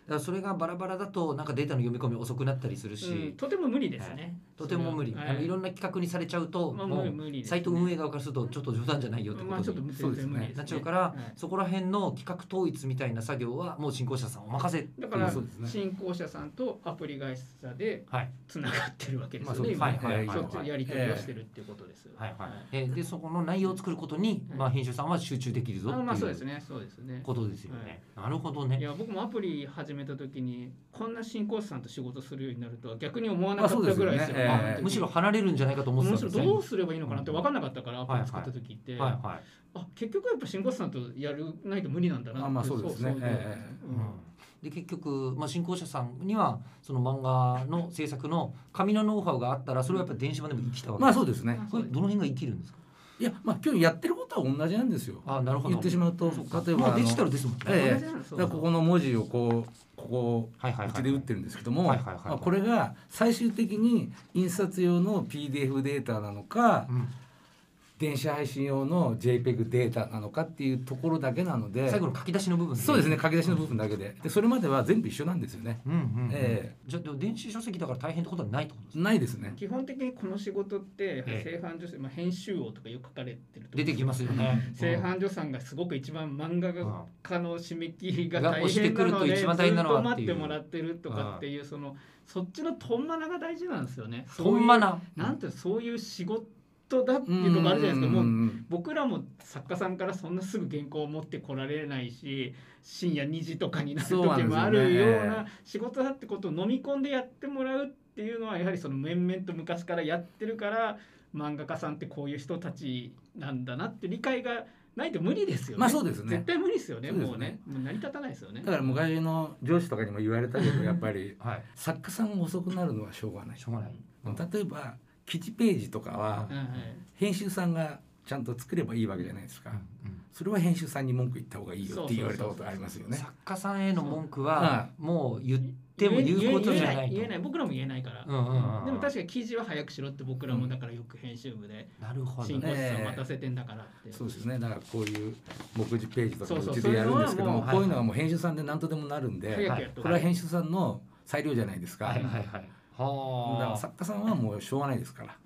Speaker 1: だからそれがバラバラだとなんかデータの読み込み遅くなったりするし、
Speaker 2: うんとても無理ですね、
Speaker 1: とても無理、
Speaker 2: はい
Speaker 1: あのいろんな企画にされちゃうと、
Speaker 2: まあ
Speaker 1: も
Speaker 2: 無理
Speaker 1: う
Speaker 2: 無理です
Speaker 1: サ
Speaker 2: ね
Speaker 1: イト運営側からするとちょっと冗談じゃないよってこ
Speaker 2: まあち
Speaker 1: と
Speaker 2: ょっと
Speaker 1: に
Speaker 2: 全然無理です、ね、
Speaker 1: なっちゃうから、
Speaker 2: はい
Speaker 1: そこら辺の企画統一みたいな作業はもう進行者さんお任せ
Speaker 2: だから
Speaker 3: そうですね
Speaker 2: 新興社さんとアプリ会社で
Speaker 1: はい
Speaker 2: つながってるわけです
Speaker 3: まあ
Speaker 2: よ
Speaker 3: そ
Speaker 2: ね。
Speaker 3: うです
Speaker 2: 今
Speaker 1: はいはいはい
Speaker 2: そっちのやり取りをしてるっていうことです。
Speaker 1: はいはい、えーでそこの内容を作ることに、まあ、編集さんは集中できるぞって
Speaker 2: あまあそうで
Speaker 1: い
Speaker 2: す
Speaker 1: う
Speaker 2: ね、そうですね。
Speaker 1: ことですよね、なるほどね
Speaker 2: いや僕もアプリ始めた時にこんな新興社さんと仕事するようになるとは逆に思わなかったぐらいですよ。
Speaker 3: まあそうですよね
Speaker 2: あの
Speaker 3: え
Speaker 2: 時
Speaker 3: え
Speaker 1: むしろ離れるんじゃないかと思ってた
Speaker 2: む
Speaker 1: ん
Speaker 2: し
Speaker 1: です
Speaker 2: ろ
Speaker 1: ね。
Speaker 2: どうすればいいのかなって分かんなかったからアプリ作った時って、
Speaker 1: はいはい。
Speaker 2: あ結局やっぱ新興社さんとやるないと無理なんだなって
Speaker 3: あまあそうですね
Speaker 2: そう
Speaker 3: え
Speaker 2: う
Speaker 1: うん
Speaker 2: ん
Speaker 1: で結局、まあ、進行者さんにはその漫画の制作の紙のノウハウがあったらそれはやっぱ電子版でも生きた
Speaker 3: え
Speaker 1: わけ
Speaker 3: ま
Speaker 1: で
Speaker 3: あ
Speaker 1: す、
Speaker 3: そうですね
Speaker 2: まあ
Speaker 1: これどの辺が生きるんですか
Speaker 3: いやまあ今日やってることは同じなんですよ
Speaker 1: あなるほど
Speaker 3: 言ってしまうと
Speaker 2: そうか
Speaker 3: 例えば
Speaker 1: も
Speaker 3: あ
Speaker 1: う
Speaker 3: の
Speaker 1: デジタルですもんね、
Speaker 3: ええ
Speaker 2: 同じなんです
Speaker 3: だからここの文字をこうここを
Speaker 1: はいはいは
Speaker 3: う
Speaker 1: い、
Speaker 3: ちで打ってるんですけども、
Speaker 1: はいはいはいはい
Speaker 3: まあこれが最終的に印刷用の PDF データなのか、
Speaker 1: うん
Speaker 3: 電子配信用の JPEG データなのかっていうところだけなので
Speaker 1: 最後の書き出しの部分
Speaker 3: そうですね書き出しの部分だけででそれまでは全部一緒なんですよね、
Speaker 1: うんうんうん
Speaker 3: え
Speaker 1: じゃあでも電子書籍だから大変ってことはないってことです
Speaker 3: え
Speaker 1: ね
Speaker 3: ないですね
Speaker 2: 基本的にこの仕事っ
Speaker 1: え
Speaker 2: て
Speaker 1: え
Speaker 2: 製版所、まあ、編集王とかよく書かれてると思うんですけ
Speaker 1: 出
Speaker 2: ど
Speaker 1: てきますよね
Speaker 2: 製版所さんがすごく一番漫画
Speaker 1: うん
Speaker 2: が化の締め切りが
Speaker 1: が
Speaker 2: 大
Speaker 1: 押して
Speaker 2: 変
Speaker 1: く
Speaker 2: な
Speaker 1: ると
Speaker 2: のでず
Speaker 1: 一
Speaker 2: っ
Speaker 1: 番大変なの
Speaker 2: と
Speaker 1: はって
Speaker 2: 待
Speaker 1: い
Speaker 2: っ
Speaker 1: う
Speaker 2: てもらってるとかっていうそのそっちのトンマナが大事なんですよね。
Speaker 1: ほんまな
Speaker 2: そういうなんていうのそういう仕事だっていうのもあるじゃないですか。もう
Speaker 3: も
Speaker 2: 僕らも作家さんからそんなすぐ原稿を持ってこられないし深夜2時とかになる
Speaker 3: そうなん
Speaker 2: 時
Speaker 3: ですよね
Speaker 2: もあるような仕事だってことを飲み込んでやってもらうっていうのはやはりその面々と昔からやってるから漫画家さんってこういう人たちなんだなって理解がないと無理ですよね。
Speaker 3: まあそうですね
Speaker 2: 絶対無理ですよね
Speaker 3: そうですね
Speaker 2: もうねもう成り立たないですよね
Speaker 3: だ。から昔の上司とかにも言われたけどやっぱり
Speaker 1: はい
Speaker 3: 作家さんが遅くなるのはしょうがない
Speaker 1: しょうがないうん
Speaker 3: 例えば記事ページとかは
Speaker 2: うんはい
Speaker 3: 編集さんがちゃんと作ればいいわけじゃないですかそれは編集さんに文句言った方がいいよって言われたことありますよね
Speaker 1: 作家さんへの文句はもう言っても言うことじゃないと
Speaker 2: 言え言え言えない僕らも言えないから、
Speaker 1: うんうんうん
Speaker 2: でも確かに記事は早くしろって僕らもだからよく編集部で
Speaker 1: なるほど
Speaker 2: 進行
Speaker 1: ね
Speaker 2: 室を待たせてんだからって、
Speaker 3: そうですねだからこういう目次ページとか
Speaker 2: そう
Speaker 3: う
Speaker 2: そう
Speaker 3: ちでやるんですけども
Speaker 1: そういうのはもう
Speaker 3: こういうのはもう編集さんで何とでもなるん
Speaker 2: 早
Speaker 3: で
Speaker 2: くやっと
Speaker 3: これは編集さんの裁量じゃないですか
Speaker 1: はい
Speaker 3: だ
Speaker 1: は
Speaker 3: か
Speaker 1: いはいは
Speaker 3: ら
Speaker 1: あ
Speaker 3: 作家さんはもうしょうがないですから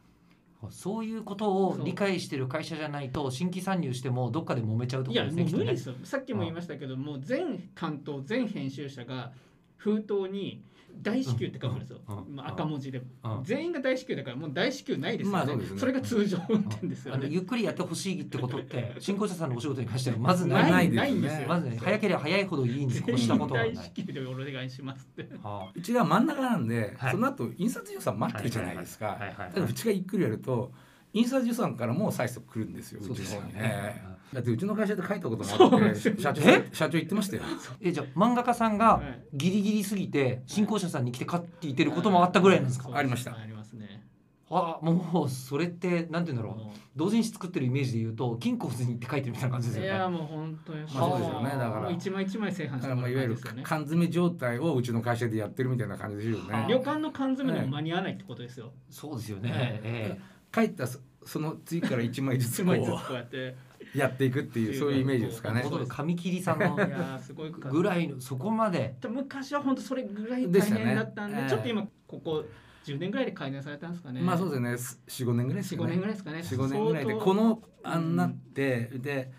Speaker 1: そういうことを理解してる会社じゃないと新規参入してもどっかで揉めちゃうと
Speaker 2: い
Speaker 1: ころで
Speaker 2: や
Speaker 1: す
Speaker 2: も
Speaker 1: ね
Speaker 2: う
Speaker 1: きっと
Speaker 2: 無
Speaker 1: ね
Speaker 2: 理ですよさっきも言いましたけどもう全担当全編集者が封筒に大至急って書くんですよ、
Speaker 1: うんうん
Speaker 2: まあ、赤文字で、
Speaker 1: うん
Speaker 2: 全員が大至急だからもう大至急ないですよね,、
Speaker 3: まあそうですね
Speaker 2: それが通常運転ですよ
Speaker 1: あの
Speaker 2: ね、
Speaker 1: ゆっくりやってほしいってことって新興者さんのお仕事に関してはまず
Speaker 3: な
Speaker 1: ないい
Speaker 3: ないですね
Speaker 2: んですよ
Speaker 1: まずね
Speaker 2: そう
Speaker 1: 早ければ早いほどいいんですこしたこと はな
Speaker 2: 全
Speaker 1: い
Speaker 2: 員大至急でお願いしますって
Speaker 1: は
Speaker 3: うちが真ん中なんで、
Speaker 1: はい
Speaker 3: その後印刷所さん待ってるじゃないですか、
Speaker 1: はいはいはいはい
Speaker 3: ただうちがゆっくりやると印刷所さんからもう催促来るんですよ
Speaker 1: そうですよね
Speaker 3: うちの方にええだってうちの会社で書いたこともあって社長
Speaker 1: え
Speaker 3: 社長言ってましたよ
Speaker 1: えじゃあ漫画家さん
Speaker 2: は
Speaker 1: が
Speaker 2: い
Speaker 1: ギリギリすぎて新興者さんに来て買っていてることもあったぐらいなんですか
Speaker 2: そう
Speaker 3: ありました
Speaker 2: ありますね
Speaker 1: あもうそれってなんて言うんだろう
Speaker 2: も
Speaker 1: 同人誌作ってるイメージで言うと金庫図にって書いてるみたいな感じで
Speaker 2: う
Speaker 1: す
Speaker 2: い
Speaker 1: よね
Speaker 2: やもう本当に、
Speaker 3: まあそうですよねだから
Speaker 2: もう一枚一枚製版
Speaker 3: だ
Speaker 2: し
Speaker 3: か
Speaker 2: て
Speaker 3: らまあいわゆる
Speaker 2: ですよね
Speaker 3: 缶詰状態をうちの会社でやってるみたいな感じですよ
Speaker 1: は
Speaker 3: ね
Speaker 1: い
Speaker 2: 旅館の缶詰でも間に合わないってことですよ、
Speaker 1: そうですよね、
Speaker 2: はい
Speaker 1: え
Speaker 3: 書いたそその次から1枚ず
Speaker 2: 一
Speaker 3: つ
Speaker 2: 枚ずつ
Speaker 3: こ
Speaker 2: こうやって
Speaker 3: うやっていくっていうそういうイメージですか
Speaker 1: え
Speaker 3: ね
Speaker 1: ほとんど紙切りさん
Speaker 2: い
Speaker 1: の
Speaker 2: やーすごい
Speaker 1: ぐらいのそこまで
Speaker 2: 昔は本当それぐらい
Speaker 3: で
Speaker 2: 大
Speaker 3: したね
Speaker 2: 変だったんで
Speaker 3: ええ
Speaker 2: ちょっと今ここ10年ぐらいで改善されたんですかね。
Speaker 3: まあそう
Speaker 2: う
Speaker 3: ですね45年ぐらいですよ
Speaker 2: 5
Speaker 3: ね
Speaker 2: 年ぐらいですかね。
Speaker 3: 45年ぐらいで
Speaker 2: 相当
Speaker 3: このあんなって、で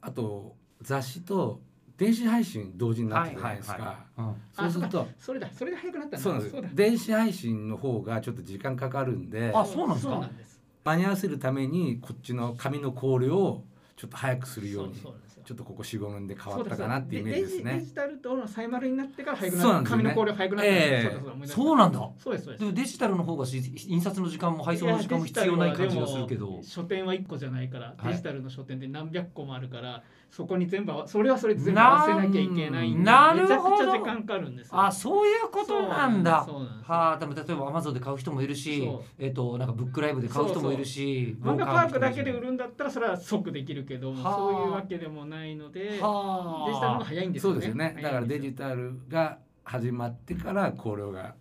Speaker 3: あと雑誌と電子配信同時になってたじゃないですか、
Speaker 1: うん
Speaker 2: あ
Speaker 3: そうすると
Speaker 2: それだそれで早くなったんだ。
Speaker 3: そうなんです電子配信の方がちょっと時間かかるんで
Speaker 1: あそうなんですか
Speaker 2: そうなんです。
Speaker 3: 間に合わせるためにこっちの紙の香料をちょっと早くするように
Speaker 2: そうなんですよ
Speaker 3: ちょっとここ45年で変わったかなっていうイメージです
Speaker 2: デジ
Speaker 3: ね
Speaker 2: デ。ジタルとのサイマルになってから早くなっ
Speaker 3: そう
Speaker 2: た。
Speaker 3: なんですよ
Speaker 2: 紙
Speaker 3: ね
Speaker 2: の光量早くなったんです。
Speaker 3: ええ
Speaker 2: そうだ
Speaker 1: そうなんだ
Speaker 2: そうですそうです
Speaker 1: で。もデジタルの方がし印刷の時間も配送の時間も
Speaker 2: いやデジタ
Speaker 1: 必要
Speaker 2: ルは
Speaker 1: ない感じがするけど
Speaker 2: でも書店は1個じゃないから、
Speaker 1: はい
Speaker 2: デジタルの書店で何百個もあるからそこに全部合わそれはそれで全部合わせなきゃいけないんで
Speaker 1: な
Speaker 2: めち
Speaker 1: な
Speaker 2: ゃ
Speaker 1: る
Speaker 2: く
Speaker 1: ほ
Speaker 2: ち
Speaker 1: ど
Speaker 2: ゃ時間かかるんですよ
Speaker 1: あそういうことなんだ
Speaker 2: そうなんです
Speaker 1: はあでも例えばアマゾンで買う人もいるし
Speaker 2: そう
Speaker 1: えっ、となんかブックライブで買う人もいるし
Speaker 2: 漫画パークだけで売
Speaker 1: る
Speaker 2: るんだったらそれは即できるけども
Speaker 1: はあ
Speaker 2: そういうわけでもないのでデジタルの
Speaker 1: はあ
Speaker 2: 方が早いんです
Speaker 3: そ
Speaker 2: よ
Speaker 3: う
Speaker 2: ね
Speaker 3: ですよねだからデジ
Speaker 2: タ
Speaker 3: タルが始まってから香料が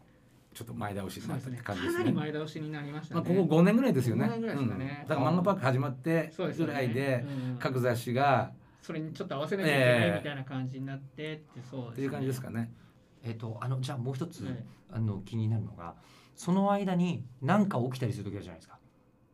Speaker 3: ちょっと前倒しに
Speaker 2: そう
Speaker 3: なっ
Speaker 2: です
Speaker 3: たっ
Speaker 2: ね
Speaker 3: て感
Speaker 2: か
Speaker 3: じです
Speaker 2: な
Speaker 3: ね。
Speaker 2: り前倒しになりました
Speaker 3: ま
Speaker 2: ね、
Speaker 3: あ、ここ5年ぐらいですよね。
Speaker 2: 五年ぐらいですかね
Speaker 3: うんだから漫画パーク始まって
Speaker 2: そうです
Speaker 3: ぐ
Speaker 2: よね
Speaker 3: らいで、
Speaker 2: うんうん
Speaker 3: 各雑誌が
Speaker 2: それにちょっと合わせなきゃいけないみたいな感じになってってそう
Speaker 3: っていう感じです
Speaker 2: か
Speaker 3: かね。
Speaker 1: えっ、とあのじゃあもう一つ、
Speaker 2: はい
Speaker 1: あの気になるのがその間に何か起きたりする時あるじゃないですか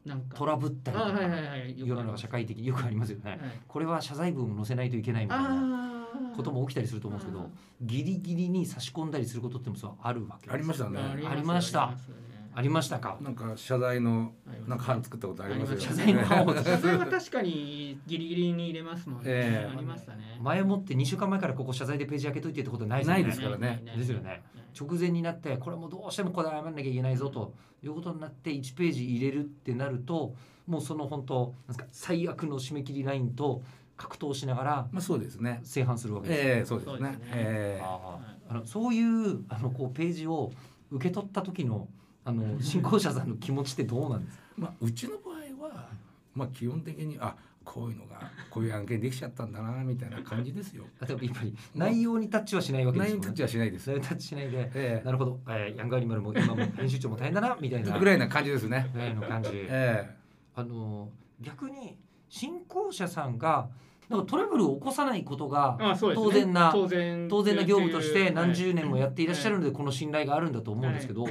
Speaker 2: なんか
Speaker 1: トラブったりと
Speaker 2: あ
Speaker 1: か、
Speaker 2: はいはいはい
Speaker 1: 世の中社会的によくありますよね、
Speaker 2: はい
Speaker 1: これは謝罪文を載せないといけないみたいな
Speaker 2: あー
Speaker 1: ことも起きたりすると思うんですけどギリギリに差し込んだりすることってもそうあるわけです
Speaker 3: ありましたね
Speaker 2: あります
Speaker 1: ありました
Speaker 2: ありますよね
Speaker 1: ありましたか
Speaker 3: なんか謝罪の
Speaker 2: あります
Speaker 3: なんか版作ったことありますよね。
Speaker 1: 謝罪の版を
Speaker 2: 謝罪は確かにギリギリに入れますもんね、
Speaker 3: ええ
Speaker 2: ありましたね
Speaker 1: 前もって2週間前からここ謝罪でページ開けといてってことないですよね
Speaker 3: ないですからね
Speaker 1: ですよね直前になってこれもどうしてもこだわらなきゃいけないぞということになって1ページ入れるってなるともうその本当なんですか最悪の締め切りラインと格闘しながら
Speaker 3: まあそうですね。
Speaker 1: 正反するわけです、
Speaker 3: ええそうです
Speaker 2: そうで
Speaker 3: ね
Speaker 2: すね。
Speaker 3: ええ
Speaker 1: あーあのそういうあのこうページを受け取った時のあ の信仰者さんの気持ちってどうなんですか
Speaker 3: まあうちの場合はまあ基本的にあこういうのがこういう案件できちゃったんだなみたいな感じですよ。
Speaker 1: 例えばやっぱり内容にタッチはしないわけです
Speaker 3: 内容
Speaker 1: よ
Speaker 3: にタッ
Speaker 1: ね。
Speaker 3: チはしないです。
Speaker 1: 内容にタッチしないで
Speaker 3: え
Speaker 1: なるほど、えーヤングアニマ ルも今も編集長も大変だなみたい
Speaker 3: え
Speaker 1: な
Speaker 3: ぐらいな感じですね。
Speaker 1: ぐらいの感じ。
Speaker 3: え
Speaker 1: あの逆に信仰者さんがなんかトラブルを起こさないことが
Speaker 2: あそうで
Speaker 1: 当
Speaker 2: すね
Speaker 1: 然な
Speaker 2: 当然
Speaker 1: 当然な業務として何十年もやっていらっしゃる
Speaker 2: ん
Speaker 1: のでこの信頼があるんだと思うんですけど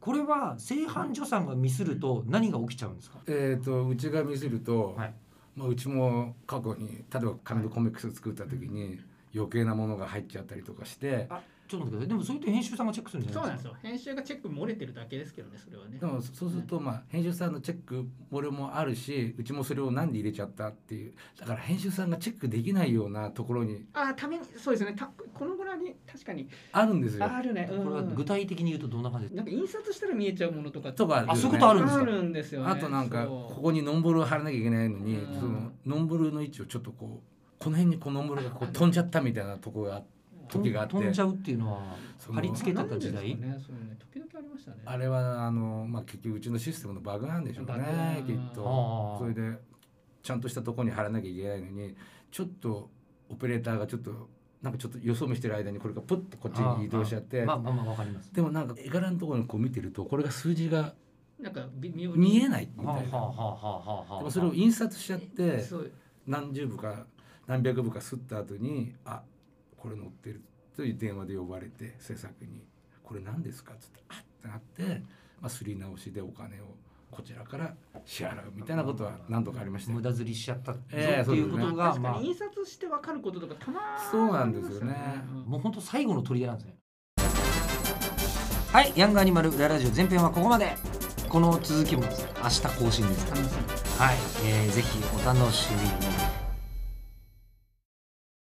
Speaker 1: これは正犯女さんがミスると何が起きちゃうんですか
Speaker 3: えー、とうちが見せると、
Speaker 1: はい
Speaker 3: まあ、うちも過去に例えば紙のコミックスを作った時に余計なものが入っちゃったりとかして
Speaker 1: あちょっと待ってくださいでもそれって編集さんがチェックするんじゃ
Speaker 2: そう
Speaker 1: ない
Speaker 2: な
Speaker 1: で
Speaker 2: んですす
Speaker 1: か
Speaker 2: よ編集がチェック漏れてるだけですけどねそれはね
Speaker 3: でもそそうするとまあ編集さんのチェック漏れもあるしうちもそれを何で入れちゃったっていうだから編集さんがチェックできないようなところに
Speaker 2: ああためにそうですねたこのぐらいに確かに
Speaker 3: あるんですよ。
Speaker 2: あるねうん
Speaker 1: これは具体的に言うとどんな感じですか
Speaker 2: なんか印刷したら見えちゃうものとか
Speaker 3: とかるよね
Speaker 1: あそういうことあるんですか
Speaker 2: あるんですよね
Speaker 3: あとなんか
Speaker 2: そう
Speaker 3: ここにノンボールを貼らなきゃいけないのに、
Speaker 2: うん
Speaker 3: そのノンボールの位置をちょっとこうこの辺にこうノンボールがこう飛んじゃったみたいなところがあって時があって
Speaker 1: 飛んじゃうっていうのは
Speaker 3: その
Speaker 1: 貼り付けてた時
Speaker 2: なん
Speaker 1: 代
Speaker 2: でですかねそうね時々ありましたね
Speaker 3: あれはあの、まあ、結局うちのシステムのバグなんでしょう
Speaker 2: バグだ
Speaker 3: ね
Speaker 2: な
Speaker 3: きっ
Speaker 1: あ
Speaker 3: と。
Speaker 1: あ
Speaker 3: それでちゃんとしたとこに貼らなきゃいけないのにちょっとオペレーターがちょっとなんかちょっとよそ見してる間にこれがポッとこっちに移動しちゃって。
Speaker 1: まあまあまあわかります
Speaker 3: でもなんか絵柄のところにこう見てるとこれが数字が
Speaker 2: なんか微妙に
Speaker 3: 見えないみ
Speaker 1: はあ
Speaker 3: た
Speaker 1: はいあは
Speaker 3: な
Speaker 1: あはあはあ
Speaker 3: で
Speaker 1: は
Speaker 3: も
Speaker 1: あ
Speaker 3: それを印刷しちゃって
Speaker 2: そう
Speaker 3: 何十部か何百部か吸った後に「あこれ載ってる」という電話で呼ばれて制作に「これ何ですか?」っつって「あっ!」てなって、まあ、すり直しでお金をこちらから支払うみたいなことは何度かありましたよ
Speaker 1: 無駄釣りしちゃったぞって
Speaker 3: ええそう
Speaker 1: い
Speaker 3: です
Speaker 1: う
Speaker 3: ね
Speaker 1: ことが
Speaker 2: 確
Speaker 1: ま
Speaker 2: か
Speaker 1: あ
Speaker 2: に印刷して分かることとかたまーに
Speaker 3: そうなんですよね
Speaker 2: ありますようん
Speaker 1: もう本当最後の取り柄なんですねはいヤングアニマル裏ラジオ前編はここまでこの続きも明日更新ですから
Speaker 2: 楽しみ
Speaker 1: はい、えーぜひお楽しみに